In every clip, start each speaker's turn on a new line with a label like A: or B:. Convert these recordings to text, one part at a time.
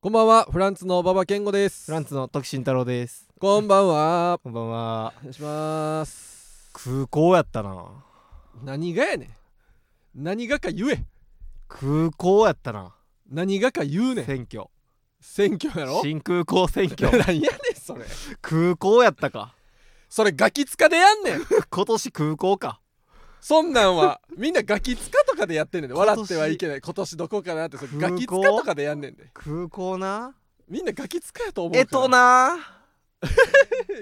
A: こんばんは、フランツの馬場健吾です。
B: フランツの徳慎太郎です。
A: こんばんは。
B: こんばんは。
A: お願いします。
B: 空港やったな。
A: 何がやねん。何がか言え。
B: 空港やったな。
A: 何がか言うねん。
B: 選挙。
A: 選挙やろ。
B: 新空港選挙。
A: 何やねんそれ。
B: 空港やったか。
A: それガキ使でやんねん。
B: 今年空港か。
A: そんなんはみんなガキ使とかでやってんねんで。笑ってはいけない。今年どこかなってそれガ
B: 空港
A: キ使とかでやんねんで。
B: 空港な。
A: みんなガキ使やと思うから。
B: え とな。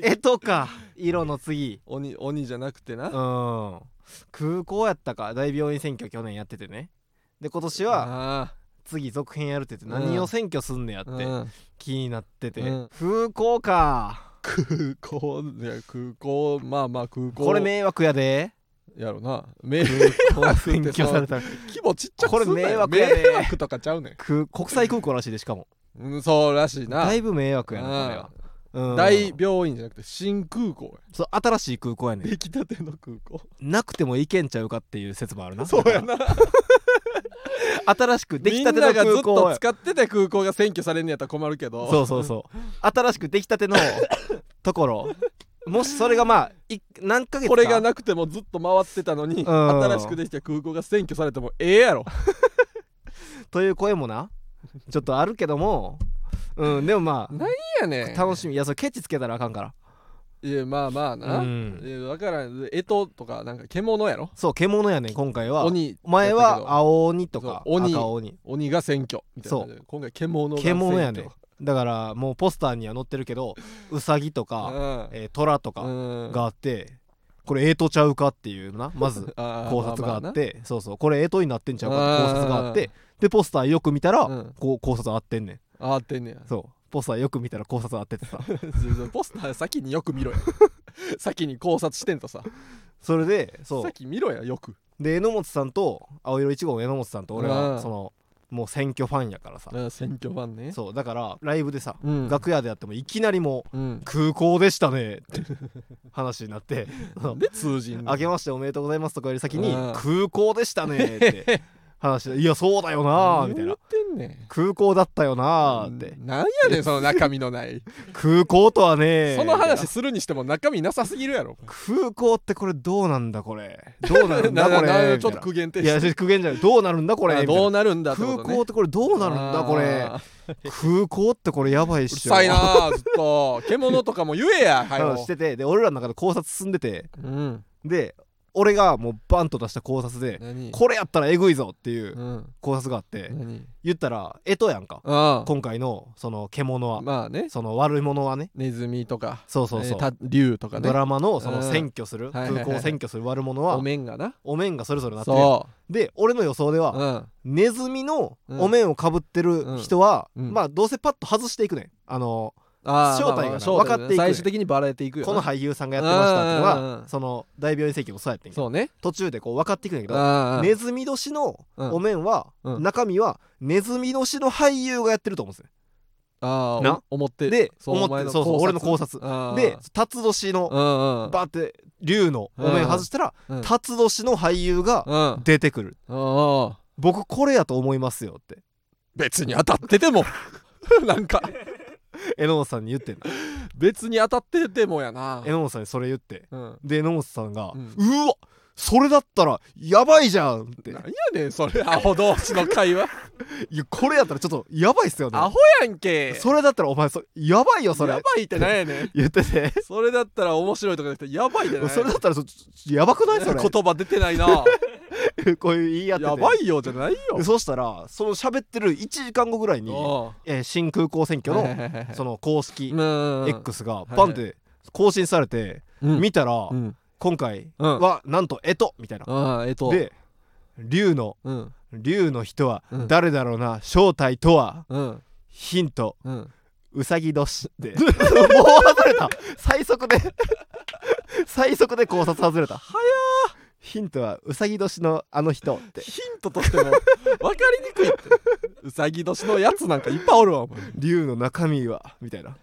B: えとか。色の次。
A: 鬼鬼じゃなくてな。
B: うん。空港やったか。大病院選挙去年やっててね。で今年は
A: あ
B: 次続編やるって言って
A: うん
B: 何を選挙すんねやっ
A: あ、
B: て
A: うん
B: 気になってて
A: うん
B: 空港か
A: 空港いや空港まあまあ空港
B: これ迷惑やで
A: やろな迷惑
B: 空港選挙されたら
A: 規模ちっちゃく
B: これ
A: すんなよ
B: 迷惑やで
A: 迷惑とかちゃうね
B: く国際空港らしいでしかも
A: ん、うん、そうらしいな
B: だいぶ迷惑やなこれは
A: あ、
B: う
A: あ
B: ん、
A: 大病院じゃなくて新空港
B: そう新しい空港
A: や
B: やねん
A: 出来たての空港
B: なくてもいけんちゃうかっていう説もある な
A: そうやな
B: 新しくで
A: み
B: き
A: ん
B: た
A: な
B: て
A: が
B: の
A: ずっと
B: 空港や
A: 使ってた空港が占拠されんのやったら困るけど
B: そうそうそう新しくできたてのところもしそれがまあい何ヶ月か
A: これがなくてもずっと回ってたのに
B: ん
A: 新しくできた空港が占拠されてもええやろ
B: という声もなちょっとあるけどもうんでもまあ
A: いやね
B: 楽しみいやそれケチつけたらあかんから
A: いやまあまあな、
B: うん
A: いや分からんえととかなんか獣やろ
B: そう獣やねん今回は
A: 鬼
B: 前
A: やったけど
B: は青鬼とか
A: そう鬼
B: 赤鬼
A: 鬼が選挙みたいな感じで今回獣が選挙
B: 獣やねんだからもうポスターには載ってるけどウサギとか、
A: うん
B: えー、虎とか
A: うん
B: があって、これエイトちゃうかっていうなまず
A: あー
B: 考察が
A: ま
B: あっ
A: ま
B: て、そうそうこれエイトになってんちゃうかって考察があっ
A: あ
B: てでポスターよく見たら、
A: うん
B: こう考察合ってんねん
A: あなあーってんねや
B: そうポスターよく見たら考察合っててさ
A: ポスター先によく見ろや 先に考察してんとさ
B: それでそう
A: 先見ろやよく
B: で榎本さんと青色1号の榎本さんと俺
A: う
B: は
A: ん
B: そのもう選挙ファンやからさ
A: あー選挙版ね
B: そうだからライブでさ、
A: うん
B: 楽屋でやってもいきなりもう
A: うん
B: 空港でしたねって話になってそう
A: で通じんの
B: あけましておめでとうございますとかより先に
A: うん
B: 空港でしたね って話でいやそうだよなーみたい
A: 言
B: な
A: ってんね
B: 空港だったよ
A: ん
B: なーって
A: なんやねんその中身のない
B: 空港とはねー
A: その話
B: み
A: するにしても中身なさすぎるやろ
B: たいな空港ってこれどうなんだこれどうなるんだ
A: な
B: これ
A: なな
B: み
A: ち
B: た
A: ょっ
B: い
A: と
B: な
A: 苦言停
B: いや
A: 止
B: ちょっと苦言じゃないどうなるんだこれ
A: あ
B: みたい
A: どう
B: な
A: なるんだってこ
B: 空
A: とね
B: 港ってこれどうなるんだこれ
A: あー
B: 空港ってこれやばいっ
A: うる
B: しょ
A: さいなあずっと獣とかも言えやはよ
B: 話しててで俺らの中で考察進んでて
A: うん
B: で俺がもうバンと出した考察で
A: 何
B: これやったらえぐいぞっていう
A: うん
B: 考察があって
A: 何
B: 言ったらえとやんか
A: あ
B: 今回のその獣
A: あ
B: は
A: まあね
B: その悪い者はね
A: ネズミとか
B: そうそうそう
A: えーた竜とかね
B: ドラマのその
A: うん
B: 占拠する
A: はいはいはい
B: 空港占拠する悪者
A: お
B: は
A: 面がな
B: お面がそれぞれなってるやん
A: そ
B: で俺の予想で
A: うう
B: は
A: ん
B: ネズミの
A: うん
B: お面をかぶってる人は
A: うんうん
B: まあどうせパッと外していくねんあの
A: あー
B: 正体が
A: まあまあ
B: な
A: 正体
B: 分かっていく
A: 最終的にバレていくよな
B: この俳優さんがやってましたっていうの
A: うんうんうんう
B: が
A: ん
B: その大病院請求もそうやってんけど
A: そうね
B: 途中でこう分かっていくねんだけど
A: あ
B: ネズミ年の
A: うん
B: お面は
A: うん
B: 中身はネズミ年の俳優がやってると思うんですよ
A: あー
B: な
A: お思って
B: で
A: そう
B: 思って
A: お前の
B: そうそう俺の考察
A: あー
B: で辰年の
A: うんうん
B: バーって竜のお面外したら
A: うん
B: 辰年の俳優が
A: うん
B: 出てくる
A: うん
B: 僕これやと思いますよって
A: 別に当たってても なんか
B: 榎本さんに言ってんだ
A: 別に当たっててもやな
B: 榎本さんにそれ言って
A: うん
B: で榎本さんが「
A: う
B: うんわそれだったらやばいじゃん」って
A: なんやねんそれアホ同士の会話
B: 「いやこれやったらちょっとやばいっすよね
A: アホやんけ」
B: それだったらお前そやばいよそ
A: や
B: れ
A: ばいってなんやねん
B: 言ってて
A: それだったら面白いとかじゃなくてやばいってなんやね
B: そ
A: ん
B: れだったらそやばくないそ れ
A: 言葉出てないな
B: こういう言い合ってて
A: やばいよじゃないよ
B: でそうしたらその喋ってる1時間後ぐらいに、
A: あ
B: えー新空港選挙
A: はいはい
B: の
A: はいはい
B: その公式
A: あ
B: X が
A: いはい
B: バンって更新されて
A: うん
B: 見たら
A: うん
B: 今回
A: うん
B: はなんと「えと」みたいな
A: ああえっと
B: で竜の
A: うん
B: 竜の人は
A: うん
B: 誰だろうな、正体とは
A: うん
B: ヒント
A: うん
B: うさぎ年って もう外れた最速で 最速で考察外れた
A: 早
B: ヒントはうさぎ年のあの人って
A: ヒントとしても分かりにくいってうさぎ年のやつなんかいっぱいおるわお前
B: 竜の中身はみたいな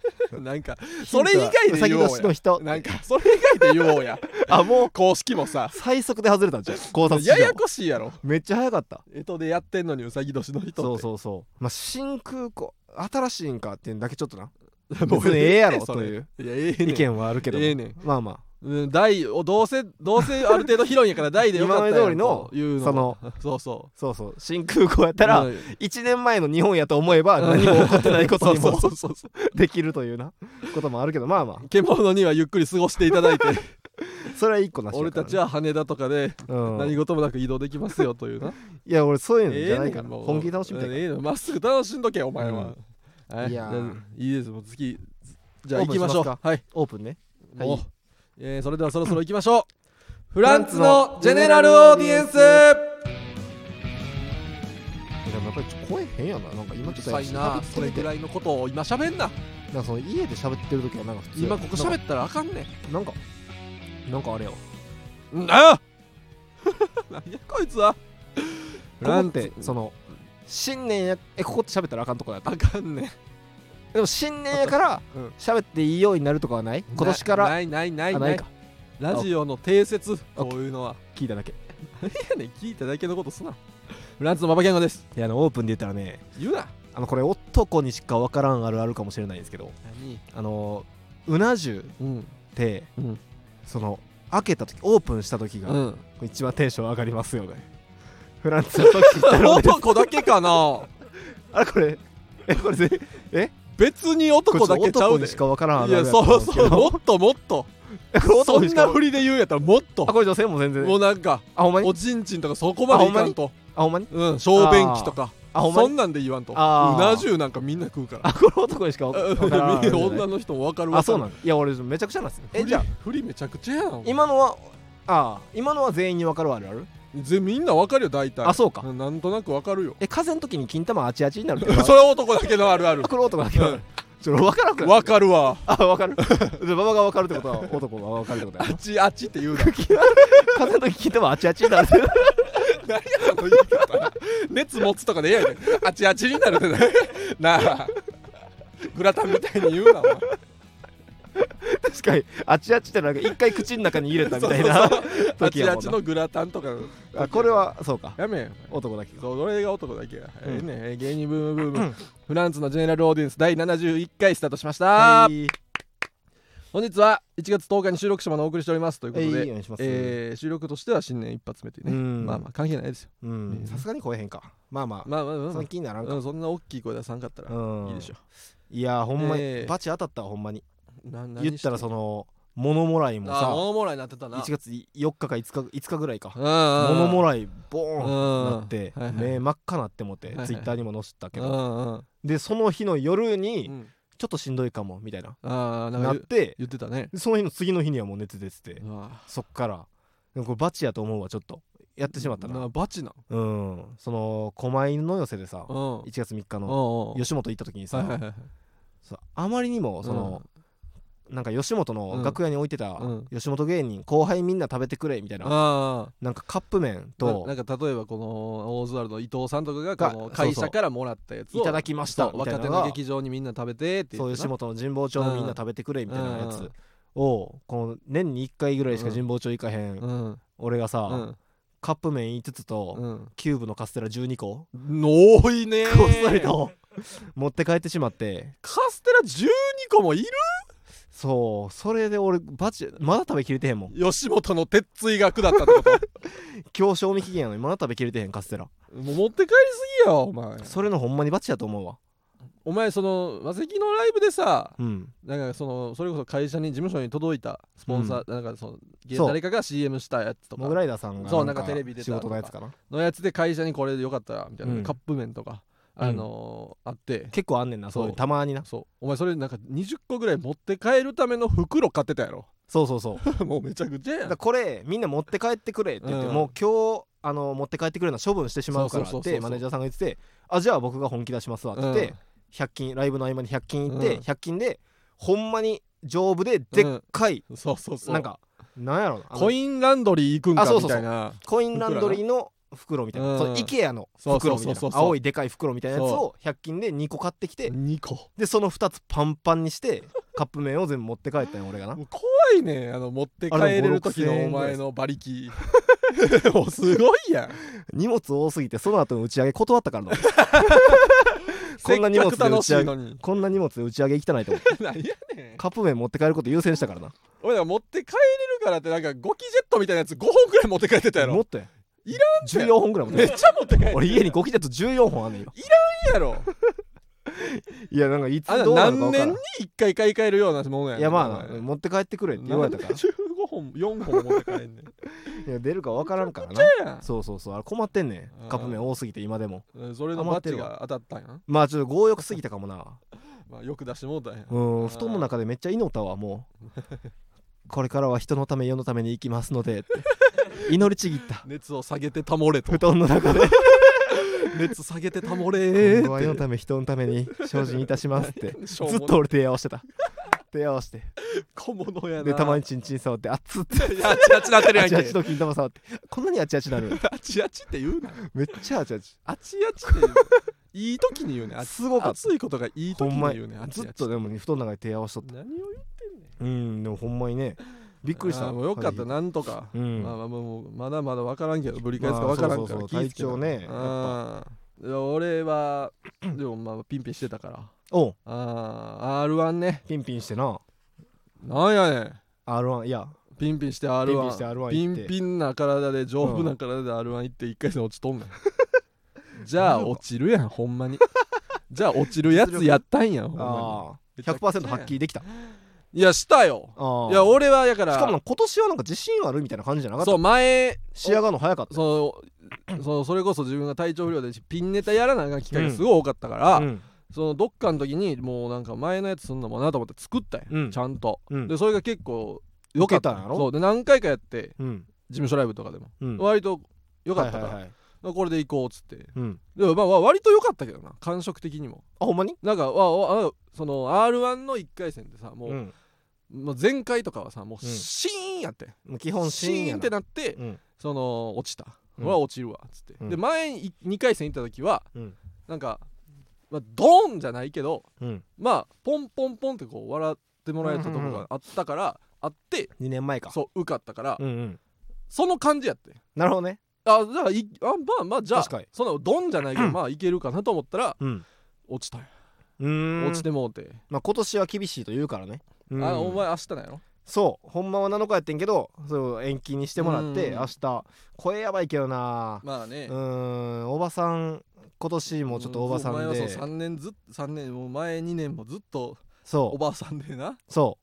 A: なんかそれ以外で言お
B: うさ
A: う
B: ぎ年の
A: や
B: 人
A: なんかそれ以外で言おうや
B: あもう
A: 公式もさ
B: 最速で外れたんじゃん考察史
A: や
B: 上
A: やこしいやろ
B: めっちゃ早かった
A: えっとでやってんのにうさぎ年の人って
B: そうそうそうまあ新空港新しいんかっていうのだけちょっとな
A: もう
B: 別にええや
A: ええね
B: ろ
A: そ
B: と
A: れ
B: いう
A: いやええねん
B: 意見はあるけども
A: ええねん
B: まあま
A: うん大をどうせどうせある程度広いんやから 大でよかったやろ
B: 今まで通りの
A: という
B: その
A: そうそう
B: あそうそう新空港やったら
A: うん
B: 1年前の日本やと思えば何も起こってないことにも
A: そうそうそうそ
B: できるというなこともあるけどまあまあ
A: う獣にはゆっくり過ごしていただ いて
B: それは一個なしやから
A: 俺たちは羽田とかで
B: うん
A: 何事もなく移動できますよというな
B: いや俺そういうの
A: え
B: じゃない
A: ねん
B: から
A: もう
B: 本気で楽しみたいから
A: ええのまっすぐ楽しんどけお前は、はい
B: いやー
A: じゃあいいですもう次じゃあ
B: オ
A: 行
B: ープ
A: き
B: ン
A: ましょう
B: します
A: はい
B: オープンねはい
A: もう、えーそれではそろそろ行きましょうフラ
B: ラ
A: ン
B: ン
A: ツ
B: ツ
A: の
B: の
A: ジ
B: ジ
A: ェ
B: ェ
A: ネ
B: ネ
A: ラ
B: ラ
A: ル
B: ル
A: オ
B: オ
A: ー
B: ー
A: デ
B: デ
A: ィ
B: ィ
A: エ
B: エ
A: ン
B: ン
A: ス
B: スでもやっぱりちょっと声変やななんか今
A: う
B: ち
A: る
B: ょっと
A: さいなそれぐ
B: い
A: らいのことを今喋んな
B: なんかその家で喋ってる時はなんか普通
A: 今ここ
B: なん
A: 喋
B: か
A: ったらあかんねん
B: なんかなんかあれよ
A: なあ 何やこいつは
B: ここってその新年やえここって喋ったらあかんとこだった
A: あかんねん
B: でも新年やから
A: うん
B: 喋っていいようになるとかはない今年から
A: ないないない
B: あ
A: ない
B: ないか
A: ラジオの定説こういうのは
B: 聞いただけ
A: 何やねん聞いただけのことすなフランツの馬場健吾です
B: いやあのオープンで言ったらね
A: 言うな
B: あのこれ男にしか分からんあるあるかもしれないんですけど
A: 何
B: あのうな重っ
A: うん
B: て
A: うん
B: その開けた時オープンした時が、
A: うん
B: 一番テンション上がりますよねフランスの時行った ので
A: 男だけかな
B: あれこれえこれぜえ
A: 別に男
B: こ
A: だ
B: れ
A: けちゃ
B: 男
A: う
B: に
A: で
B: しかわからんあ
A: い
B: るあ
A: や
B: ると
A: そ
B: 思
A: うん
B: ですけ
A: そう
B: ど
A: もっともっと
B: えこれ
A: そ
B: 男に
A: ん
B: しか
A: な振りで言うんやったらもっと
B: あこれ女性も
A: も
B: 全然
A: うなんか
B: あほんまに
A: おちんちんとかそこまでいかんと
B: あほんまに
A: うん小便器とか
B: あほんま
A: そ
B: に
A: んなんで言わんとう
B: あ
A: な
B: ー
A: 重なんかみんな食うから
B: あこれ男にしかわわから んあるある
A: 女の人も分かるわ
B: あそうなんだいや俺めちゃくちゃなんですよえ
A: え
B: じ
A: じ
B: ゃ
A: ゃ
B: あ
A: あ振りめちゃくちゃやん
B: 今のはあー今のは全員にわかるあるある
A: ぜみんな分かるよ大体
B: あそうか
A: んなんとなく分かる よ
B: え風邪の時に金玉あちあちになるっていうのは
A: それ男だけのあるある
B: あこれ男だけど
A: うん
B: ちょっとわからんくない
A: 分かるわ
B: あわかるで馬場がわかるってことは男がわかるってことや
A: あっちあっちって言うな
B: 風邪の時金玉あちあちになる
A: 何やその言い方熱持つとかでええやねんあっちあっちになるねなあグラタンみたいに言うなお前
B: 確かにあちあちってなんか一回口の中に入れた みたい
A: そ
B: な
A: うそうあ
B: 時
A: ち
B: や
A: あ
B: もん
A: ち
B: な
A: のグラタンとか
B: あこれはそうか
A: やめよ
B: 男だけか
A: そう俺が男だけや、
B: うん
A: ええねえ芸人ブームブーム、フランスのジェネラルオーディエンス第71回スタートしました、
B: はい
A: 本日は1月10日に収録者までお送りしておりますというこ
B: え
A: と
B: い
A: で、
B: お願いします
A: えー収録としては新年一発目というね、
B: うん
A: まあまあ関係ないですよ
B: うんさすがに超えへんかまあまあ
A: まあまあまあ、
B: そ
A: ま
B: の気にならん
A: あ
B: か
A: うん、そんな大きい声出さんかったら
B: うん
A: いいでしょ、
B: いやほんま
A: え
B: に
A: ー
B: バチ当たったわほんまに
A: な何して
B: 言ったらその物もらいも
A: ああ
B: さ
A: 物もらいになってたな
B: 1月4日か5日5日ぐらいか
A: 物
B: 物も
A: ら
B: らいボーン
A: い
B: なって目真っ赤なって思って
A: はいはい
B: ツイッターにも載せたけ
A: う
B: ど
A: んうん
B: でその日の夜
A: う
B: に
A: ん
B: ちょっとしんどいかもみたいな
A: ああなんか
B: なっ
A: 言
B: て
A: 言ってたね
B: でその日の次の日にはもう熱出てて
A: うわ
B: そっからでもこれバチやと思うわちょっとやってしまったな
A: なバチな
B: うんその狛江の寄せでさ
A: うんうん
B: 1月3日の
A: うん
B: 吉本行った時に
A: はいはい
B: さ
A: はい
B: そうあまりにもそのなんか吉本の楽屋に置いてた
A: うん
B: 吉本芸人後輩みんな食べてくれみたいな
A: ああ
B: なんかカップ麺
A: と
B: と
A: なんか例えばこのオーズワルドの伊藤さんとかがこの
B: が
A: 会社からもらったやつを
B: いただきました
A: そう
B: みたい
A: 若
B: な
A: 手
B: の
A: の
B: が
A: 劇場にみんな食べてって言
B: そう
A: って
B: 吉
A: な
B: 本の神保町のみんな食べてくれみたいなやつをこの年に1回ぐらいしか神保町行かへん
A: うん
B: 俺が
A: う
B: さ
A: ん
B: カップ麺5つと
A: うん
B: キューブのカステラ12個
A: 多いね
B: こっそりと持って帰ってしまって
A: カステラ12個もいる
B: そうそれで俺バチまだ食べきれてへんもん
A: 吉本の鉄椎が下ったってこと
B: 今日賞味期限やのにまだ食べきれてへんカステ ラ
A: もう持って帰りすぎやお前
B: それのほんまにバチやと思うわ
A: お前そのマセキのライブでさ
B: うん
A: なんかそのそれこそ会社に事務所に届いたスポンサー、なんかその芸
B: そう
A: 誰かが CM したやつと
B: モグ
A: か
B: ライダーさんが
A: そうなんかテレビ出た
B: 仕事のやつかな
A: のやつで会社にこれでよかったらみたいな、
B: うん
A: カップ麺とかあのーあって
B: 結構あんねんなそういう
A: そう
B: たまにな
A: そうお前それなんか20個ぐらい持って帰るための袋買ってたや ろ
B: そうそうそうだか
A: もうめちゃくちゃやん
B: らこれみんな持って帰ってくれって言って、
A: うん
B: もう今日あの持って帰ってくれるのは処分してしまうから
A: そうそ
B: っ
A: うそうそ
B: て
A: う
B: マネージャーさんが言っててあじゃあ僕が本気出しますわって言って、100均ライブの合間に100均行って、
A: うん
B: 100均でほんまに丈夫ででっかい、
A: うんそうそうそう
B: なんかなんやろなあの
A: コインランドリー行くんか
B: あそう
A: み
B: そうそ
A: た
B: う
A: いな
B: コインランドリーの袋みたいな、
A: うん
B: その IKEA の
A: そうそ
B: 袋
A: う
B: み
A: そ
B: た
A: う
B: い
A: そう
B: な青いでかい袋みたいなやつを100均で2個買ってきて
A: 2個
B: でその2つパンパンにしてカップ麺を全部持って帰ったんよ俺がな
A: もう怖いねあの持って帰れる時
B: あ
A: の
B: れ
A: お
B: も5 6000円ぐらいで
A: 前
B: す
A: の馬力 もうすごいやん
B: 荷物多すぎてその後の打ち上げ断ったからなこ こんな荷物
A: せっかく
B: で打
A: 楽し
B: ち上
A: い
B: げ
A: のに
B: こんな荷物で打ち上げ汚いと思って
A: 何やね ん
B: カップ麺持って帰ること優先したからな
A: 俺ら持って帰れるからってなんかゴキジェットみたいなやつ5本くらい持って帰ってたや
B: も
A: ろ
B: っとや
A: いら
B: ん14本ぐらい持っ
A: めっ
B: て帰る
A: ちゃ持って帰って
B: 俺家にゴキジェット14本あんねんよ
A: るやろ
B: いやなんかいつ
A: あんな
B: どうなるか
A: 何
B: 分から
A: 年
B: ん
A: に1回買い替えるようなものや
B: いやま
A: お
B: あな
A: 前
B: 持って帰ってくれって言われたから
A: 15本4本持って帰んねん
B: いや出るか分からんからなそうそうそうあれ困ってんね
A: うん
B: んカップ麺多すぎて今でも
A: えそれのバッジが当たったんやん
B: まあちょっと強欲すぎたかもな
A: まあよく出してもうたんや
B: うん布団の中でめっちゃ祈ったわも うこれからは人のため世のために生きます のでって祈りちぎった
A: 熱を下げて保れと
B: 布団の 中で
A: 熱下げて保れ
B: 今
A: ー
B: 後は世の
A: った
B: め人のために精進いたしますって
A: てず
B: ずっと俺手合わしてた手合わして
A: 小物やな
B: でたまにチンチン触ってあっつって
A: いやあちあちなってるや
B: あ
A: ん
B: ち
A: け
B: あちの金玉触ってこんなにあちあちなる
A: あちあちって言うな
B: めっちゃあちあち
A: あちあちって言ういい時に言うねあ
B: すごかった
A: 暑いことがいい時に言うねあち
B: ず
A: あち
B: っとでも布団の中で手合わしとった
A: 何を言ってんねん
B: うんでもほんまにねびっくりし
A: あ
B: た
A: ーもうよかった
B: な
A: なんとか
B: うん
A: まあまあもうまだまだ分からんけどぶり返すか分からんから
B: まあそうそうそう
A: 気ぃつけな
B: 体調ねやっ
A: あーいや俺は でもまあピンピンしてたから
B: おう
A: あー R1 ね
B: ピンピンしてな
A: なんやねん
B: R1 いや
A: ピンピンして
B: ピンピンして
A: R1
B: R1
A: ピ
B: 行
A: ン
B: って
A: ピンな体で丈夫な体で R1 行って一回戦落ち とんねんじゃあ落ちるやんほんまにじゃあ落ちるやつやったんやんほんま
B: あ
A: に
B: あ100%発揮できた
A: いやしたよ
B: ああ
A: いや俺はやから
B: しかもなんか今年はなんか自信あるみたいな感じじゃなかった
A: そう前
B: 仕上がるの早かっ
A: そのそのそれこそ自分が体調不良でピンネタやらなあかん機会がすごい多かったから、
B: たうん
A: そのどっかの時にもうなんか前のやつすんのもなと思って作ったんや、
B: うん
A: ちゃんと、
B: うん
A: でそれが結構良かった
B: 受けたんやろ
A: そうで何回かやって
B: うん
A: 事務所ライブとかでも、
B: うん
A: 割と良かったから、
B: はいはいはい
A: これで行こうっつって
B: うん
A: でもまあ割と良かったけどな感触的にも
B: あほんまに
A: なんかわわあその r 1の1回戦でさもう、
B: うん
A: もう前回とかはさもう
B: うん
A: シーンやって、
B: もう基本
A: シーンって
B: な
A: なって、
B: うん
A: その落ちた、
B: うん
A: は落ちるわっつって、
B: うん
A: で前に2回戦行った時は、
B: うん
A: なんか、まあ、ドーンじゃないけど
B: うん
A: まあポンポンポンってこう笑ってもらえたとこ
B: うんうんう
A: が
B: ん
A: あったから、あって
B: 2年前か
A: そう受かったから、
B: うんうん
A: その感じやって
B: なるほどね
A: あだからいあまあまあじゃあ
B: 確かに
A: そのドンじゃないけどまあいけるかなと思ったら
B: うん
A: 落ちたんや
B: うーん
A: 落ちてもうて、
B: まあ今年は厳しいと言うからねうん
A: あお前明日なんやろ
B: そうほんまは7日やってんけどそう延期にしてもらっ
A: う
B: て
A: ん
B: 明日声やばいけどな
A: まあね
B: うーんおばさん今年もちょっとおばさ
A: お前
B: ん
A: はそう
B: で
A: 3年ずっ三年もう前2年もずっとお
B: そ
A: ばあさんでな
B: うそ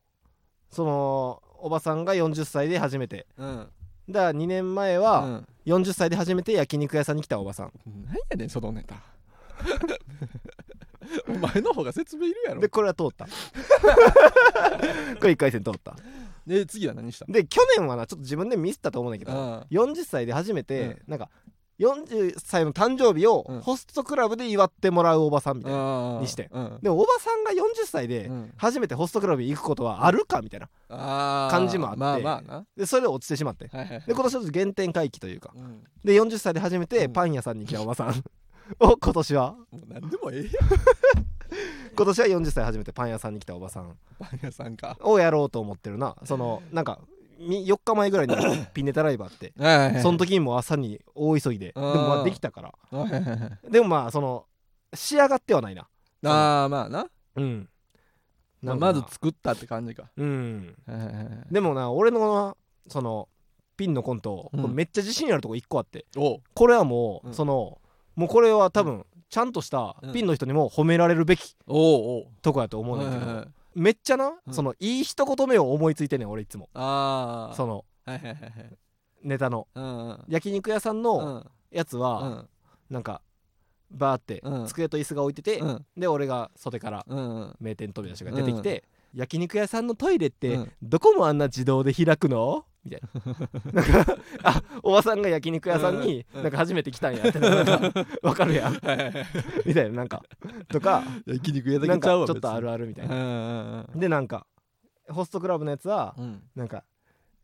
B: うそのおばさんが40歳で初めて
A: うん
B: だから2年前
A: う
B: は
A: ん、
B: 40歳で初めて焼肉屋さんに来たおばさん、
A: 何やねんそのネ タお前の方が説明いるやろ
B: でこれは通っ たこれ1回戦通った
A: で次は何した
B: で去年はなちょっと自分でミスったと思うんだけど
A: あ
B: 40歳で初めて、なんか40歳の誕生日を
A: うん
B: ホストクラブで祝ってもらうおばさんみたいな、
A: あ
B: にして
A: うん
B: でもおばさんが40歳で
A: うん
B: 初めてホストクラブに行くことはあるかみたいな
A: あー
B: 感じもあって
A: まあまあな
B: でそれで落ちてしまって
A: はいはいはい
B: で今年ちょっと原点回帰というか
A: うんも
B: で40歳で初めて
A: うん
B: パン屋さんに来たおばさん を今年は
A: う何でもええやん
B: 今年は40歳初めてパン屋さんに来たおばさん
A: パン屋さんか
B: をやろうと思ってるなそのなんか4日前 ぐらいにピンネタライブあって
A: はいはいはい
B: その時にもう朝に大急ぎでで
A: あ
B: も
A: ー
B: まあできたから
A: はいはいはい
B: でもまあその仕上がってはないな
A: ああまあな
B: うん
A: まあ
B: なんか
A: ま
B: な
A: ず作ったって感じか
B: うん
A: はいはいはい
B: でもな俺のなそのピンのコント
A: うん
B: これめっちゃ自信あるとこ1個あって
A: おう
B: これはも
A: うん
B: うそのもうこれは多分ちゃんとした
A: うん
B: ピンの人にも褒められるべき
A: おう
B: とこやと
A: お
B: 思
A: う
B: うねんだけ
A: はいはい
B: ど
A: はい
B: めっちゃな
A: うん
B: そのいい一言目を思いついてんねん俺いつも
A: ああ
B: その
A: はいはいはいはい
B: ネタの
A: うんうん
B: 焼肉屋さん
A: う
B: の
A: ん
B: やつ
A: う
B: は
A: ん
B: なんかバーって
A: うん
B: 机と椅子が置いてて
A: うん
B: で俺が袖から
A: うんうん
B: 名店飛び出しが出てきて焼肉屋さんのトイレって
A: うん
B: どこもあんな自動で開くのみたい ななんかあおばさんが焼肉屋さんに
A: うん
B: なんか初めて来たんやってなんかわかる やん
A: はいはいはい
B: みたいななんかとか
A: 焼肉屋だ
B: な
A: け
B: ん
A: ちゃ
B: かち
A: う
B: ょ
A: わ
B: っとあるあるみ
A: 別に
B: たいうなん
A: うん
B: でなんかホストクラブのやつは
A: うんうん
B: なんか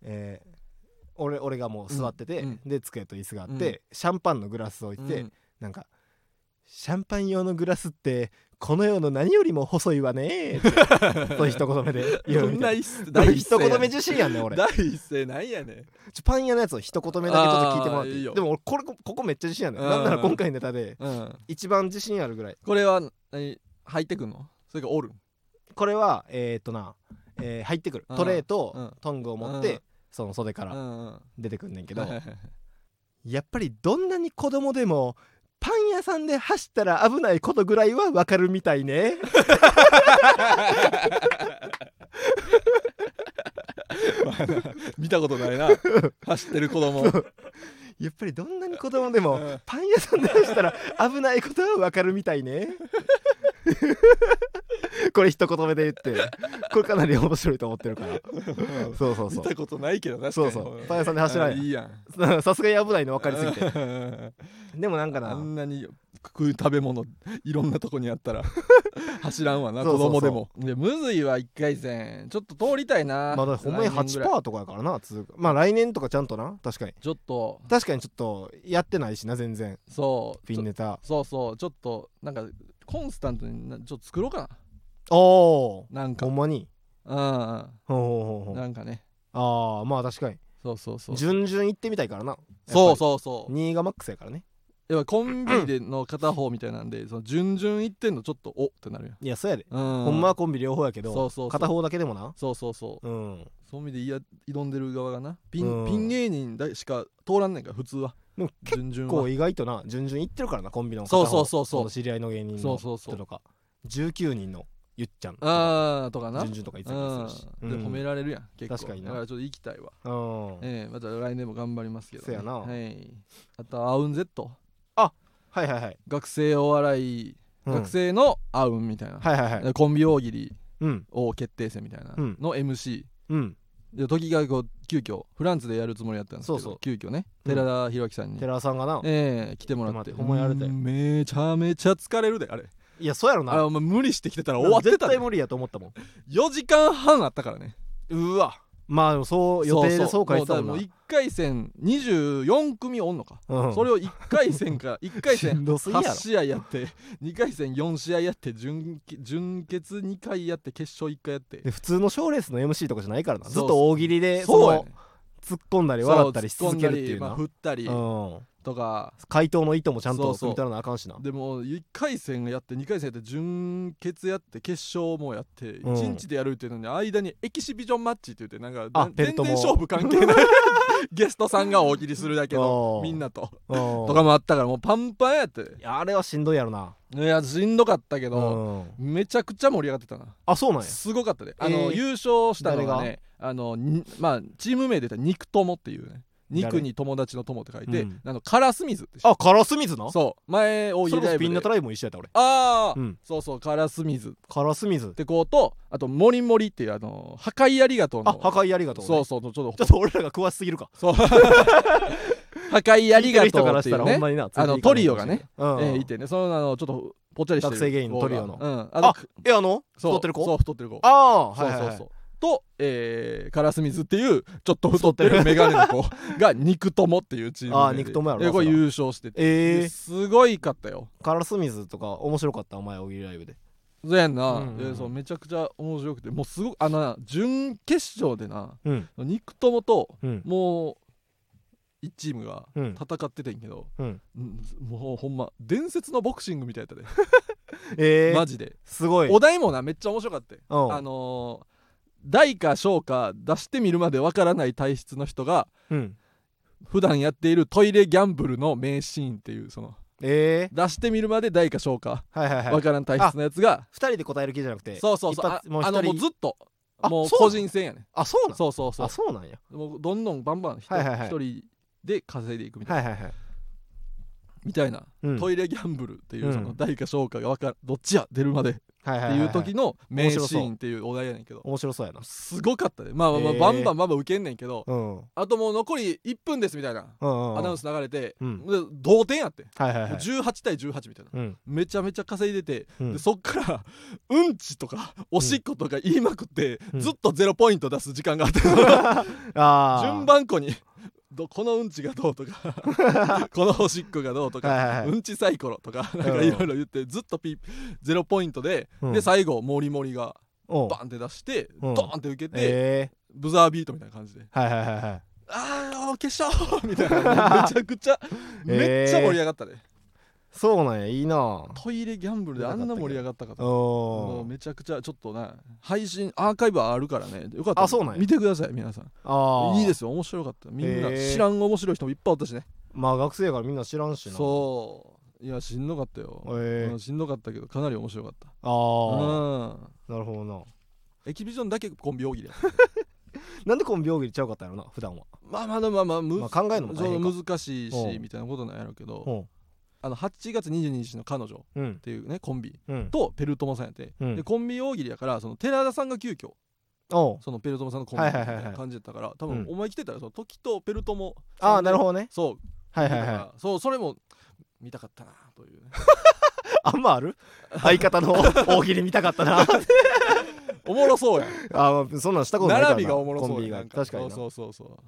B: えー俺俺がもう座ってて、
A: うんうん
B: で机と椅子があっ
A: うん
B: てシャンパンのグラス置いてて、なんかシャンパン用のグラスってこの世の何よりも細いわね」ってそういう一言目で言
A: こ
B: うんみた
A: ない
B: な
A: 一声
B: 第
A: 第一
B: 一
A: 声
B: 言目自身やんね俺
A: 第一声なんやねん
B: ちょパン屋のやつを一言目だけちょっと聞いてもらってい
A: あーいい
B: い
A: よ
B: でも俺これこここめっちゃ自信やねん
A: うん
B: なんなら今回のネタで
A: うん
B: 一番自信あるぐらい
A: これは何入ってくんのそれがおるん
B: これはえーっとな、えー入ってくる
A: うん
B: トレー
A: う
B: と
A: ん
B: トングを持っ
A: うん
B: てその袖か
A: う
B: ら
A: んうん
B: 出てくんねんけ
A: け
B: どやっぱりどんなに子供でもパン屋さんで走ったら危ないことぐらいはわかるみた いね
A: 見たことないな 走ってる子供
B: やっぱりどんなに子供でも
A: うん
B: パン屋さんで走ったら危ないことはわかるみた いねこれ一言目で言ってこれかなり面白いと思ってるからそうそう
A: 見
B: そう
A: たことないけど確か
B: そ
A: に
B: うそうパン屋さんで走ら
A: あ
B: ない
A: いいやん
B: さすがに危ないの分かりすぎて
A: て
B: でも なんか
A: あ
B: なん
A: なに食う食べ物いろんなとこにあった ら走らんわな
B: そう
A: 子
B: そうそう
A: 供でもでむずいは1回戦ちょっと通りたいな
B: まだほんまに
A: 来年ぐらい
B: 8%とかやからな続くまあ来年とかちゃんとな確かに
A: ちょっと
B: 確かにちょっとやってないしな全然
A: そう
B: ピンネタ
A: ちょそうそうちょっとなんかコンスタントになちょっと作ろうか
B: おお
A: ななんか
B: ほ
A: うん
B: まにほうほう
A: う
B: ほうんほう
A: なんかね
B: ああまあ確かに
A: そうそうそう
B: 順々行ってみたいからな
A: そうそうそう
B: 2位がマックスやからね
A: やっぱコンビでの片方みたいなん でその順々いってんのちょっとおってなるやん
B: いやそうやで
A: うん
B: ほんまはコンビ両方やけ
A: そう
B: ど
A: そうそう
B: 片方だけでもな
A: そうそうそう
B: うん
A: そういう意味でいや挑んでる側がなピ
B: うん
A: ンピン芸人だしか通らんねんから普通は
B: でも結
A: 順々
B: 構
A: は
B: 意外とな順々行ってるからなコンビの片
A: そ
B: 方
A: うそうそうそう
B: の知り合いの芸人
A: そ
B: の
A: うそうそう
B: 人とか19人のゆっちゃんとか
A: ああとかな
B: 順々とか言ってたりするし
A: うんで
B: うん
A: 褒められるやん結構
B: 確かにな
A: だからちょっと行きたいわ
B: うん
A: ええまた来年も頑張りますけどね
B: せやな
A: はいあとアウン Z
B: はいはいはい
A: 学生お笑い
B: うん
A: 学生のアウンみたいな
B: はいはいはい
A: コンビ大喜利
B: うん
A: を決定戦みたいな
B: うん
A: の MC
B: うん
A: で時がこう急遽フランスでやるつもりだったんですけど
B: そうそう
A: 急遽ね
B: うん
A: 寺田弘明さんに、
B: 寺田さんがな
A: ええ来てもらって
B: ちょっと待ってほんまにあれだよ
A: うんめちゃめちゃ疲れるであれ
B: いやそうやろ
A: あれ
B: な
A: お前無理してきてたら終わってた
B: 絶
A: で
B: 対無理やと思ったもん
A: 4時間半あったからね
B: うわまあでもそう予定でそう書いてたもん
A: もう
B: な
A: 1回戦24組おんのか、
B: うん
A: それを1回戦 から1回
B: しん
A: 戦
B: どすぎやろ
A: 8試合やって2回戦4試合やって準準決2回やって決勝1回やって
B: で普通の賞ーレースの MC とかじゃないからな
A: そう
B: ずっ
A: そう
B: と大喜利でそ
A: そうや
B: の
A: ね
B: 突っ込んだり
A: そう
B: 笑ったりし続けるってい
A: 突っ込んだり
B: う
A: まあ
B: な
A: 振ったり
B: うん
A: とか
B: 回答の意図もちゃん
A: そ
B: と
A: うそう
B: 組み取らなあかんしな
A: でも1回戦やって2回戦やって準決やって決勝もやって
B: うん
A: 1日でやるっていうのに間にエキシビジョンマッチって言ってなん
B: あ
A: か全
B: ベル
A: 全
B: トも
A: 然勝負関 係ないゲストさんが大喜利するだけ
B: お
A: の
B: ー
A: みんなと
B: うん
A: とかもあったからもうパンパンやって
B: いやあれはしんどいやろない
A: やしんどかったけ
B: う
A: ど
B: ん
A: めちゃくちゃ盛り上がってたな
B: あそうなんや
A: すごかったで
B: えー
A: あの優勝したのがねあのにまあチーム名で言ったら肉友っていうね
B: 誰
A: 肉に友達の友って書いて
B: うん
A: あのカラスミズって
B: あカラスミズなそ
A: そう前大喜利
B: れこ
A: ラ
B: そ
A: イブ
B: ピン
A: で
B: ナタライブも一緒やった俺
A: ああ、
B: うん
A: そうそうカラスミズっ
B: カラスミズ
A: て子とあとモリモリっていうあの破壊ありがとう
B: あ
A: の
B: 破壊ありがとうね
A: そうそうちょっ
B: ちょ
A: と
B: っと俺らが詳しすぎるか
A: そう破壊ありが
B: 聞いてる人
A: と
B: か
A: う
B: ら
A: っ
B: してた
A: いう
B: らほん
A: ね
B: まにな
A: あのトリオがね
B: うん
A: えーいてねそのあのちょっとぽっちゃりしてる
B: 学生芸人のトリオの
A: うんあ
B: あえあの
A: そう
B: 太ってる子
A: そう太ってる子
B: ああは
A: そ
B: いうはい
A: そ
B: は
A: う
B: い
A: そうと、えー、カラスミズっていうちょっと太ってるメガネの子が肉友っていうチーム名で
B: あー肉友やろな
A: えーこれ
B: それ
A: 優勝してて、
B: ええ
A: ですごいかったよ
B: カラスミズとか面白かったお前大喜利ライブで
A: そうやんな、
B: うんうんうん
A: えーそうめちゃくちゃ面白くてもうすごくあのな準決勝でな
B: うん
A: 肉友と
B: うん
A: もう1チームが
B: うん
A: 戦っててんけど、
B: うん
A: うんもうほんま伝説のボクシングみたいやったで、
B: え
A: マ
B: ー
A: ジです
B: ごい
A: お題もなめっちゃ面白かったよ
B: うん
A: あのー大か小か出してみるまでわからない体質の人が
B: うん
A: 普段やっているトイレギャンブルの名シーンっていうその
B: え
A: 出してみるまで大か小か
B: ーはいはいはい
A: わからん体質のやつが、
B: 二人で答える気じゃなくて
A: そうそうそう
B: 一
A: あ
B: 発もう
A: あ
B: 一
A: のもう
B: 人
A: ずっと
B: あ
A: もう
B: そうな
A: 個
B: の
A: 人戦やね
B: あそうなん
A: そうそうそう
B: あそうなんや
A: もうどんどんバンバン一人
B: はいはいはい
A: 一人で稼いでいくみたいな,、
B: はいはいはい
A: みたいな
B: うん
A: トイレギャンブルっていうそうの
B: ん
A: 大か小かがわからんどっちや出るまでって
B: はいはいはい
A: い
B: は
A: う時の名シーンっていうお題やねんけど
B: 面白そうやな
A: すごかったでまあまあまあ
B: へー
A: バンバンバンバン受けんねんけど
B: うんうん
A: あともう残り1分ですみたいな
B: うんうん
A: アナウンス流れて、
B: う
A: で
B: ん
A: 同点やって、
B: はいはいはい
A: もう18対18みたいな
B: うん
A: めちゃめちゃ稼いでて、
B: うん
A: でそっから うんちとかおしっことか言いまくって、
B: う ん
A: ずっとゼロポイント出す時間があって、
B: ああ
A: 順番こにどこのうんちがどうと かこのおしっこがどうとか、
B: はいはいはい
A: うんちサイコロとかなんかいろいろ言ってずっとピゼロポイントで、
B: うん
A: で最後モリモリが
B: おう
A: バンって出して、
B: うん
A: ドーンって受けて、
B: え
A: ブザービートみたいな感じで
B: えはいはいはいはい
A: ああ決勝みたいな めちゃくちゃ、めっちゃ盛り上がったね
B: そうなんやいいな
A: トイレギャンブルであんな盛り上がったかとも
B: お
A: う
B: ー
A: めちゃくちゃちょっとね配信アーカイブあるからねよかったら
B: あそうなんや
A: 見てください皆さん
B: あー
A: いいですよ面白かったみんな
B: へー
A: 知らん面白い人もいっぱいおったしね
B: まあ学生やからみんな知らんしな
A: そういやしんどかったよ、
B: へー
A: うんしんどかったけどかなり面白かったう
B: あ
A: ん
B: あなるほどな
A: エキビジョンだけコンビ大喜利や
B: なんでコンビ大喜利ちゃうかったんやろな普段は
A: まあまあまあまあ、む
B: まあ考えるのも大変か
A: そう難しいし
B: うん
A: みたいなことなんやろうけ
B: う
A: ど
B: ん
A: あの8月22日の彼女っ
B: うん
A: ていうねコンビ
B: うん
A: とペルトモさんやって、
B: うん
A: でコンビ大喜利やからその寺田さんが急遽
B: おう
A: そのペルトモさんのコンビみたい
B: はいはいはい
A: な
B: はい
A: 感じだったから多
B: う
A: 分
B: ん
A: お前来てたらその時とペルトモ
B: ああなる
A: ほど
B: ほどね
A: そう
B: はいはい
A: だか
B: はい
A: らそうそれも見たかったなというね
B: あんまある相方の大喜利見たかったな
A: おもろそうやん
B: あーそんなんしたことないからな
A: 並びがおもろ
B: コ
A: そ
B: ン
A: うや
B: ビ
A: ん
B: が
A: なんか
B: 確かにな
A: そうそうそうそう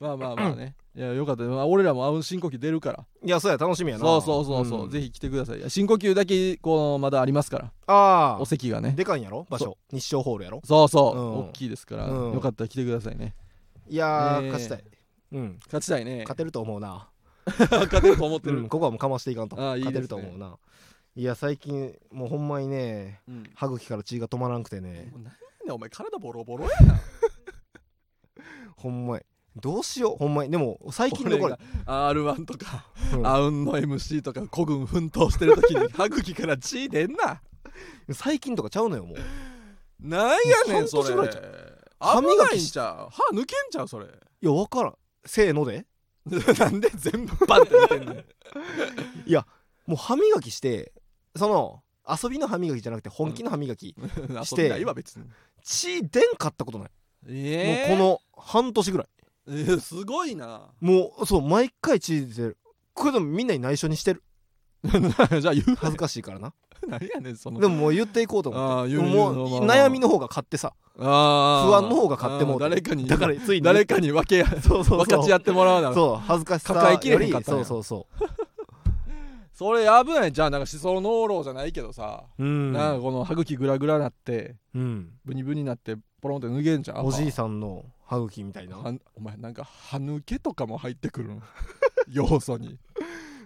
A: まあまあまあねいやよかったまあ俺らもあうん深呼吸出るから
B: いやそうや楽しみやな
A: そうそうそうそう、
B: ん
A: ぜひ来てくださいいや深呼吸だけこうまだありますから
B: あ
A: お席が
B: あ
A: ね
B: でかいんやろ場所日照ホールやろ
A: そうそう、
B: うん
A: 大きいですから、
B: うん
A: よかったら来てくださいね
B: いやー
A: ねえ
B: 勝ちたいうん
A: 勝ちたいね
B: 勝てると思うな
A: 勝てると思って
B: う
A: る、
B: んここはもうかましていかんと
A: あーいいですね
B: 勝てると思うないや最近もうほんまにね
A: うん
B: 歯茎から血が止まらんくてね
A: もうなんやお前体ボロボロや
B: ほんまにどうしようほんまにでも最近のこ
A: 俺
B: れ
A: が R1 とか、
B: うん
A: アウンの MC とか孤軍奮闘してる時 に歯茎から血出んな
B: 最近とかちゃうのよもう
A: なんやねんそれ
B: 半年ぐらいち
A: 歯
B: 歯
A: 磨
B: 磨
A: き
B: き
A: し
B: し
A: ちゃう歯抜けんちゃうそれ
B: いや分からんせーので
A: なんで全部バンって抜けんねん
B: もう歯磨きしてその遊びの歯磨きじゃなくて本気の歯磨き、
A: し
B: してて
A: ないわ別に
B: 血出んかったことない、
A: ええ
B: もうこの半年ぐらい
A: えーすごいな
B: もうそう毎回血出てるこれでもみんなに内緒 にしてる
A: じゃあ言
B: 恥ずかしい からな
A: うなんやねんその
B: でももう言っていこうと思
A: あ
B: っ
A: ー
B: て
A: 言う
B: も
A: 言うま
B: う
A: あまあまあ
B: 悩みの方が勝ってさ
A: あー
B: 不安の方が買ってもうて
A: あー誰かに
B: だからついに
A: 誰かに分け合
B: そうそうそう
A: 分かち合ってもらわなそ
B: そう恥ずかしさ
A: 抱えきれ
B: よ
A: へん
B: り
A: かったん
B: そ
A: や
B: うそうそ
A: それ危ないじゃあなんか思想濃老じゃないけどさ、
B: ううん
A: なんかこの歯茎グラグラなって
B: うん
A: ブニブニなってポロンって脱げんじゃん
B: おじいさんの歯茎みたいな
A: はお前なんか歯抜けとかも入ってくるの 要素に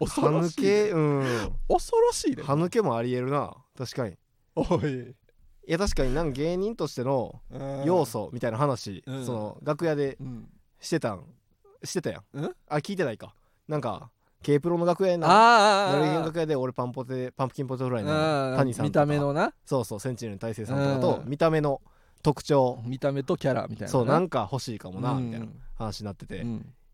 A: 恐
B: 歯
A: ろ
B: 抜
A: しいね
B: けうん
A: 恐ろしいね
B: 歯抜けもありえるな確かに
A: おい
B: いや確かになんか芸人としての
A: うん
B: 要素みたいな話、
A: うん
B: その楽屋で
A: うん
B: してたんしてたやん
A: ん
B: あ聞いてないかなんか K プロの楽屋やな
A: あ
B: ナルゲンの
A: ー
B: 楽屋で俺パンポテパンプキンポテトフライ
A: あー
B: の
A: あー
B: 谷さん
A: 見
B: とか
A: た目のな
B: そうそうセンチネルの大成さんとかと
A: うん
B: 見た目の特徴
A: 見た目とキャラみたいな
B: そうなん
A: か
B: んか欲しいかもなみたいな話になってて、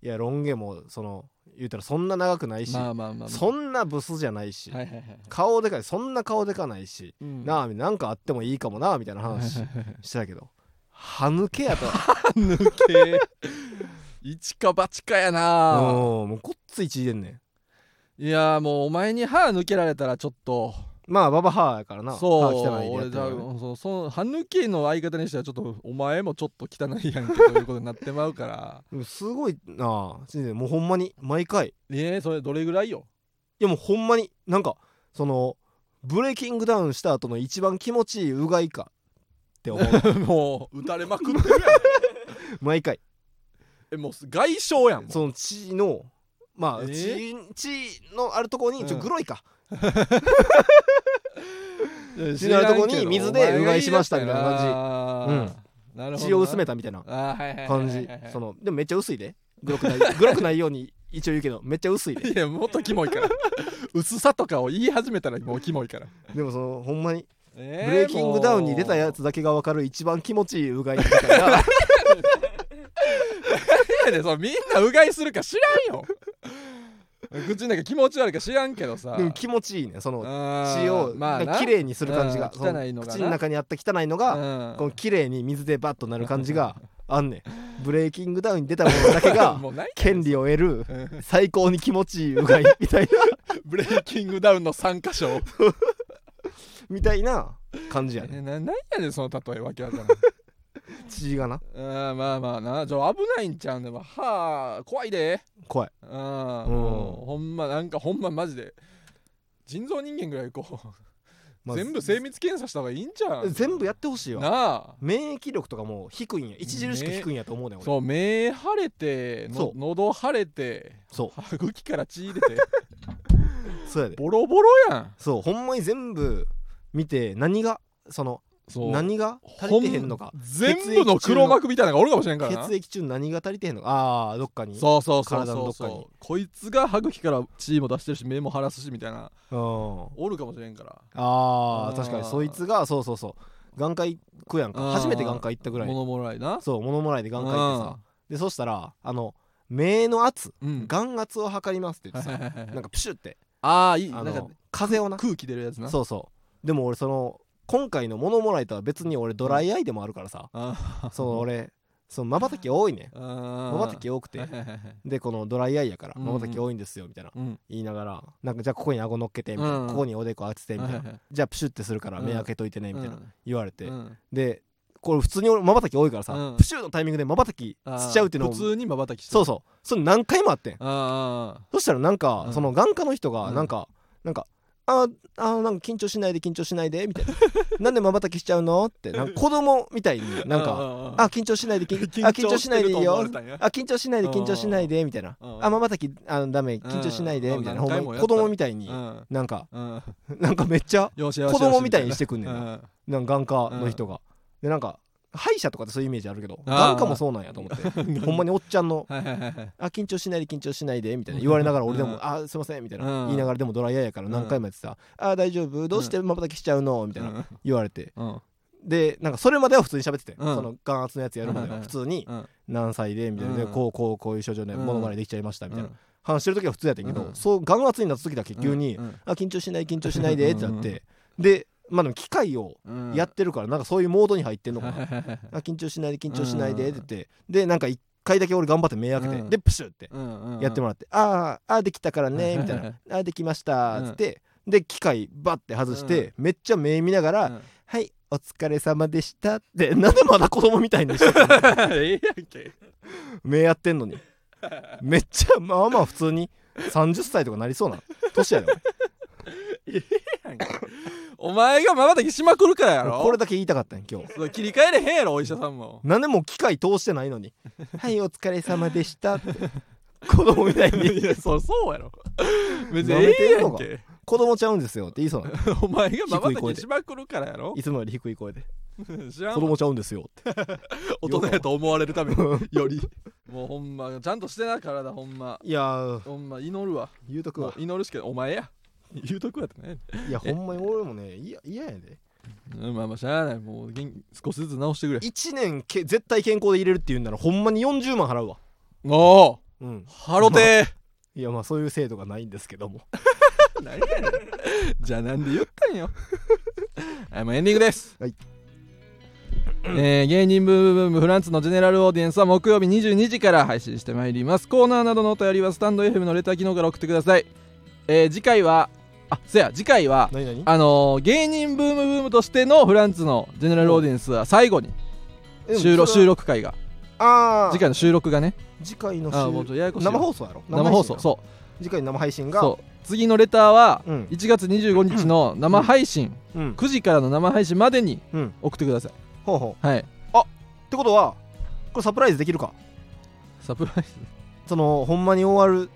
B: いやロン毛もその言うたらそんな長くないし、
A: まあまあまあまあ
B: そんなブスじゃないし、
A: はいはいはい
B: 顔でかいそんな顔でかないし、
A: うん
B: なあなんかあってもいいかもなみたいな話してたけど歯抜けやと
A: 抜け一か八かやな
B: うんもうごっつい血出んねん
A: いやもうお前に歯抜けられたらちょっと
B: まあババハやからな
A: そう
B: 歯汚いでやっ
A: 俺
B: てる
A: だ
B: から
A: そ
B: ね
A: うその歯抜けの相方にしてはちょっとお前もちょっと汚いやんけということになってまうから
B: でもすごいなあ先生もうほんまに毎回い
A: ねえそれどれぐらいよ
B: やもうほんまになんかそのブレイキングダウンした後の一番気持ちいいうがいかっ て思う
A: もう打たれまくってるやん
B: 毎回
A: えもう外傷やんもう
B: その血のまあ、
A: えー
B: 血血のあるとこにちょ
A: うん
B: グロいか、
A: 知らんけど
B: とこに水でうがいしましたみたいな感じ
A: お前が言い出したななるほどな
B: 血を薄めたみたいな
A: あーはいはいはい
B: 感
A: はいはい
B: じそのでもめっちゃ薄いでグロくない グロくないように一応言うけどめっちゃ薄いで
A: いやもっとキモいから薄さとかを言い始めたらもうキモいから、
B: でもそのほんまに
A: え
B: ブレイキングダウンに出たやつだけが分かる一番気持ちいいうがいみたいな
A: やでそのみんなうがいするか知らん よ口の中気持ち悪いか知らんけどさ
B: でも気持ちいいねその
A: あー
B: 血を
A: まあな
B: 綺麗にする感じが
A: うん
B: その
A: 汚いのがな
B: 口の中にあった汚いのが
A: うん
B: この綺麗に水でバッとなる感 じがあんねんブレイキングダウンに出たものだけが
A: もうない
B: 権利を得る
A: うん
B: 最高に気持ちいいう がいみたいな
A: ブレイキングダウンの参加賞
B: みたいな感じやね
A: えななんやねんその例えわけわからん
B: 血がな
A: あーまあまあなじゃあ危ないんちゃうんでもはあ怖いで
B: 怖い
A: あ
B: うん
A: もうほんまなんかほんまマジで人造人間ぐらいこう
B: まあ
A: 全部精密検査した方がいいんじゃん
B: 全部やってほしいわ
A: なあ
B: 免疫力とかもう低いんや著しく低いんやと思うねん俺
A: そう目腫れての
B: そう
A: 喉腫れて
B: そ
A: 歯茎から血出て
B: うそうやで
A: ボロボロやん
B: そうほんまに全部見て何がその
A: そう
B: 何が足りてへんのか
A: ほん全部の黒幕みたいなのがおるかもしれんからな
B: 血液中何が足りてへんのかああどっかに
A: そうそうそう
B: 体の
A: そ
B: ど
A: う
B: っかに
A: そうこいつが歯茎から血も出してるし目も腫らすしみたいな
B: うん
A: おるかもしれんから
B: あ
A: あー
B: ー確かにそいつがそうそうそう眼科行くやん
A: あ
B: か
A: ー
B: 初めて眼科行ったぐらい
A: 物もらいな
B: そう物もらいで眼科行ってさでそしたらあの目の圧
A: うん
B: 眼圧を測りますって言っ て
A: はい
B: さ
A: はいはいはい
B: なんかプシュって
A: ああいいな
B: あ
A: んか
B: の風邪をな
A: 空気出るやつな
B: そうそうでも俺その今回の物もらいとは別に俺ドライアイでもあるからさ
A: あー
B: その俺その瞬き多いね
A: あ
B: 瞬き
A: 多
B: 多く て
A: はいはいはいはい
B: でこのドライアイやから
A: うんうん
B: 瞬き多いんですよみたいな
A: うん
B: 言いながらなんかじゃあここに顎乗っけてみたいな
A: うん
B: ここにおでこ当てて みた
A: はいいはい
B: な
A: はい
B: じゃあプシュってするから目
A: うん
B: 開けといてねみたいな
A: うん
B: 言われて
A: うん
B: でこれ普通に俺まばたき多いからさ、
A: うん
B: プシューのタイミングでまばたき
A: あー
B: しちゃうっていうのを
A: 普通にまばたきして
B: そううそうそれ何回もあってん
A: あ
B: そしたらなんか、
A: うん
B: その眼科の人が
A: うん
B: なんか、なんかあーあーなんか緊張しないで緊張しないで みたいななんでまばたきしちゃうのってなんか子供みたいに
A: ー
B: なんかあ
A: あ
B: 緊張しないで緊
A: 緊
B: あ
A: 張
B: 緊張しないでいいよ
A: してると思われたんや
B: あ緊張しないで緊張しないでみたいな
A: うん
B: あまばたきあダメ緊張しないで
A: うん
B: みたいな
A: うん
B: ほんま
A: 何回もや
B: に
A: った
B: 子
A: ね
B: 供みたいに
A: ー
B: なんか
A: うんうん
B: なんかめっちゃ
A: よしよしよし
B: 子供みたいにしてくんねん
A: う
B: な
A: ん
B: なんか眼科の人が、でなんか歯医者とかってそういうイメージあるけど
A: あー
B: 眼科もそうなんやと 思ってほんまにおっちゃんの
A: はいはいはいはい
B: 「あ緊張しないで緊張しないで」みたいな言われながら
A: うん
B: 俺でも「あすいません」みたいな、
A: うん
B: 言いながらでもドライヤーやから何回もやってさ「あ大丈夫どうしてまばたきしちゃうの?」みたいな言われて
A: うんうん
B: でなんかそれまでは普通に喋ってて、
A: うん
B: その眼圧のやつやるまで
A: うん
B: は普通に
A: うん
B: 「何歳で」みたいなで
A: うん
B: こうこうこういう症状で
A: うん
B: モノマネできちゃいました」みたいな
A: う
B: 話してる時は普通やったんやけど、
A: うん
B: そう眼圧になった時だけ急に「
A: うん
B: あ緊張しない緊張しないで」ってなってでまあでも機械を
A: うん
B: やってるからなんかそういうモードに入ってんのかな
A: はいはいはい
B: あ緊張しないで緊張しないで
A: う
B: っ
A: ん
B: て言ってでなんか一回だけ俺頑張って目開けて、
A: うん
B: でプシュって
A: うんうんうん
B: やってもらって「あーあーできたからね」みたいな「あーできました」っつって、で機械バッて外して、めっちゃ目見ながら「
A: うん
B: はいお疲れ様でした」ってなんでまだ子供みたいにしてたの
A: ええやんけ
B: 目やってん のにめっちゃまあまあ普通に30歳とかなりそうな年やろ
A: お前がまばたきしまくるからやろ
B: これだけ言いたかったんや今日。
A: そう切り替えれへんやろお医者さんも
B: なんでもう機械通してないのに「はいお疲れ様でした」って 子供みた いに
A: いやそうそうやろ別に
B: 舐めて
A: ええ
B: ん
A: や
B: の
A: ん
B: か
A: け
B: 「子供ちゃうんですよ」って言いそうな
A: お前がまばた
B: 低い声
A: き
B: で
A: しまくるからやろ
B: いつもより低い声で
A: 知
B: 「
A: ら
B: 子
A: んわ
B: 供ちゃうんですよ」って
A: 大人やと思われるために よりもうほんまちゃんとしてな体ほんま
B: いやー
A: ほんま祈るわ
B: 言うとく
A: も
B: わ
A: う祈るしかお前や言うとくわってね
B: いやほんまに俺もねいや嫌やで
A: うんまあまあしゃあないもう元少しずつ直してくれ
B: 1年け絶対健康で入れるって言うんならほんまに40万払うわ
A: おお
B: うん
A: ハロテー
B: いやまあそういう制度がないんですけども
A: 何やねんじゃあなんで言ったんよ はいもうエンディングです、
B: はい
A: えー芸人ブームブームフランツのジェネラルオーディエンスは木曜日22時から配信してまいりますコーナーなどのお便りはスタンド FM のレター機能から送ってください、えー次回はあせや次回は
B: 何何
A: あのー芸人ブームブームとしてのフランツのジェネラルオーディエンスは最後に収録収録会が
B: ああ
A: 次回の収録がね
B: 次回の
A: あーもうちょっとややこしいわ
B: 生放送やろ
A: 生放送
B: う
A: そ
B: 次回の生配信
A: う
B: が
A: そう次のレターは
B: うん
A: 1月25日の生配信
B: うん
A: 9時からの生配信までに
B: うん
A: 送ってください
B: ほうほう
A: はい
B: ってことはこれサプライズできるか
A: サプライズ
B: そのほんまに終わるっ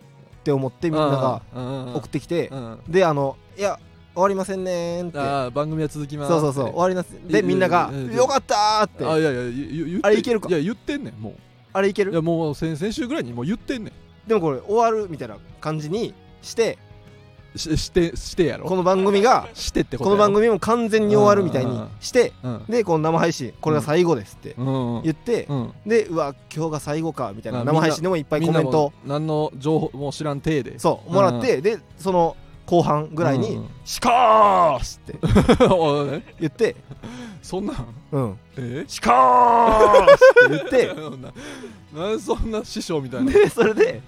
B: て思ってみんなが
A: が
B: 送ってきて
A: うん
B: であの「いや終わりませんね」って
A: あー番組は続きます
B: そうそうそう終わりますで
A: うん
B: みんなが
A: うん
B: 「よかった!」
A: あい
B: って
A: やいやゆゆ言って
B: あれいけるか
A: いや言ってんねんも
B: あれいうけ
A: い
B: る
A: やもう先先週ぐらいにもう言ってんね
B: でもこれ終わるみたいな感じにして
A: んししてしてやろ
B: この番組が
A: してってこと
B: この番組も完全に終わるみたいにして
A: 組うん
B: でこの生配信これが最後ですって
A: うんうん
B: 言って
A: うん
B: でうわ今日が最後かみたい
A: あみ
B: な
A: んな
B: 生配信でもいっぱい
A: み
B: コ
A: ん
B: メ
A: な
B: ント
A: も何の情報も知らん体で
B: そうもらってでその後半ぐらい
A: うんう
B: に
A: ん
B: 「しかーし!」って
A: おい
B: 言って
A: そんなん
B: 「うん
A: え
B: しかーし!」って言っ
A: ななんでそんな師匠みたい
B: て
A: な
B: でそれで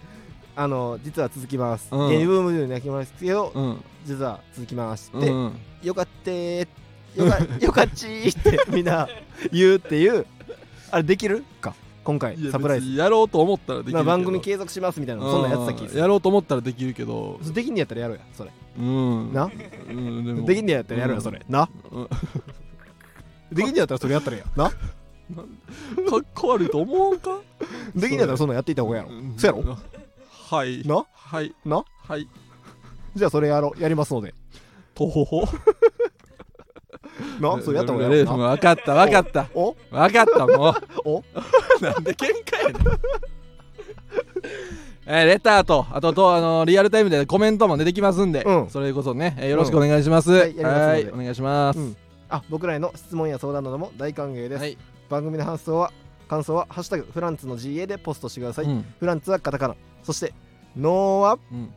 B: あの実は続きます
A: うん
B: 芸人ブームで泣きますけど
A: うん
B: 実は続きます
A: う
B: って
A: んうん
B: よかってーよかよかちーってみんな言うっていうあれできるか今回
A: いや
B: サプライ
A: 別
B: ズ
A: にやろうと思ったらできるけど
B: な番組継続しますみたいなそんなんやってた気
A: う
B: す
A: ん
B: る
A: やろうと思ったらできるけど
B: できんねやったらやろうやそれ
A: うん
B: な
A: うんでも
B: できんねやったらやろうやそれな
A: うん
B: できんねやったらそれやったらや な
A: かっこ悪いと思うか
B: できんねやったらそんなんやっていった方がやろ
A: ん
B: そやろ
A: はい
B: な
A: はい
B: な
A: はい
B: じゃあそれやろうやりますので
A: とほほ
B: なそれやった 方が
A: レ
B: や
A: ー
B: ろ
A: フ
B: う
A: ン
B: な
A: 分かった分かった
B: お
A: 分かったもう
B: お
A: なんで喧嘩やねんえーレターとあとと、あのーリアルタイムでコメントも出てきますんで、
B: うん
A: それこそね、えーよろしくお願いします、
B: ん
A: は
B: はいいやりますので
A: お願いします、
B: うんあ僕らへの質問や相談なども大歓迎です、
A: はい、
B: 番組の感想は感想は「ハッシュタグフランツの GA」でポストしてください、
A: うん
B: フランツはカタカナそしてノーは
A: うん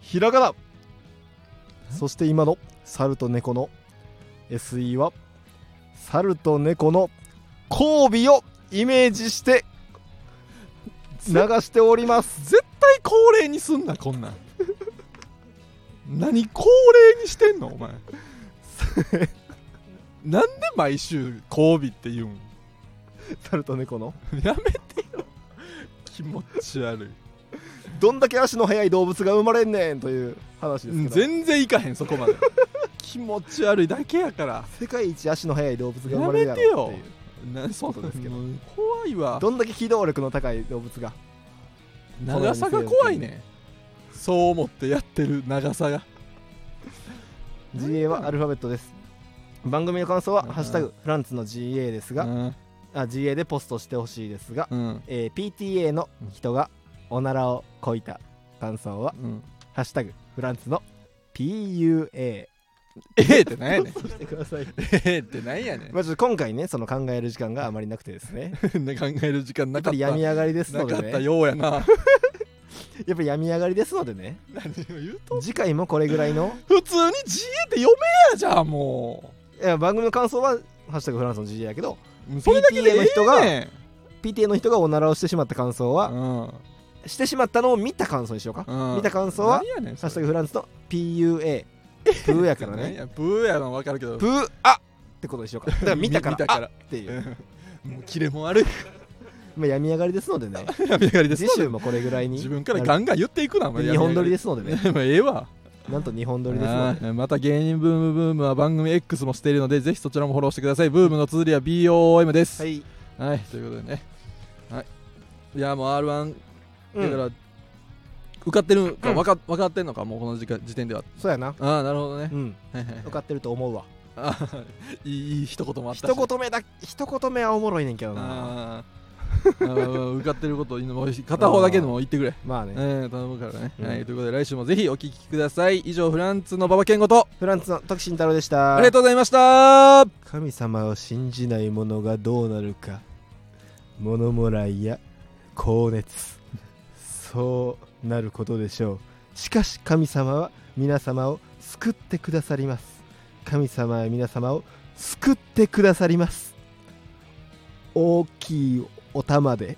B: ひらがなそして今の猿と猫の SE は猿と猫の交尾をイメージして流してお ります
A: 絶対恒例にすんなこんなん 何恒例にしてんのお 前なんで毎週交尾って言うん
B: 猿と猫の
A: やめてよ気持ち悪い
B: どんだけ足の速い動物が生まれんねんという話ですけど
A: 全然いかへんそこま で気持ち悪いだけやから
B: 世界一足の速い動物が生まれるやろっていう
A: なそう
B: ことですけど
A: もう怖いわ
B: どんだけ機動力の高い動物が
A: 長さが怖いねそう思ってやってる長さが
B: GA はアルファベットです番組の感想は
A: うん
B: 「ハッシュタグフランツの GA」ですが、
A: うん
B: あ GA でポストしてほしいですが、
A: うん
B: えー PTA の人がおならをこいた感想は
A: うん
B: 「ハッシュタグフランツの PUA
A: ええってなん」やねん
B: ポストしてください
A: ええってなんやねん
B: まあちょっと今回ねその考える時間があまりなくてですね
A: ね考える時間
B: や
A: な
B: っ
A: か
B: ぱ
A: っ
B: り
A: た
B: 病み上がりですの
A: なか
B: で
A: っ
B: ね
A: たようやな
B: やっぱり病み上がりですのでね
A: 何を言うと
B: 次回もこれぐらいの
A: 普通に GA って読めやじゃあも
B: いや番組の感想は「ハッシュタグフランツの GA」やけど
A: うそれだけでええ
B: PTA の人が
A: ねん
B: PTA の人がおならをしてしまった感想は、
A: うん
B: してしまったのを見た感想にしようか、
A: うん
B: 見た感想は
A: 何やねん
B: ハッシュタ
A: それ
B: グフランスの PUA プーやから
A: 何
B: ね
A: やブーやの分かるけど
B: プーあってことにしようかだから見たから
A: 見たから
B: あっていう、
A: うんもうキレも悪い
B: まあ、病み上がりですの でね
A: 病み上がりです
B: 次週もこれぐらいに
A: 自分からガンガン言っていくなお前
B: 日本撮りですすのでね
A: ねもう ええわ
B: なんと日本撮りですので
A: あーまた芸人ブームブームは番組 X もしているのでぜひそちらもフォローしてくださいブームの綴りは BOM です
B: は
A: はい、
B: い、
A: ということでねはいいやもう R1
B: う
A: だか
B: ん、
A: ら、受かってるか分か分かってんのかもうこの時間時点では
B: そうやな
A: ああなるほどね
B: うん
A: はいはいはい
B: 受かってると思うわ
A: あーいいいい一言もあったし
B: 一言目だ一言目はおもろいねんけどな
A: あーあー受かってることをもう片方だけでも言ってくれ
B: まあね、
A: えー、頼むからね、
B: うん
A: はい、ということで来週もぜひお聞きください以上フランツの馬場健吾と
B: フランスの徳慎太郎でした
A: ありがとうございました
B: 神様を信じない者がどうなるか物もらいや高熱そうなることでしょうしかし神様は皆様を救ってくださります神様は皆様を救ってくださります大きいお玉で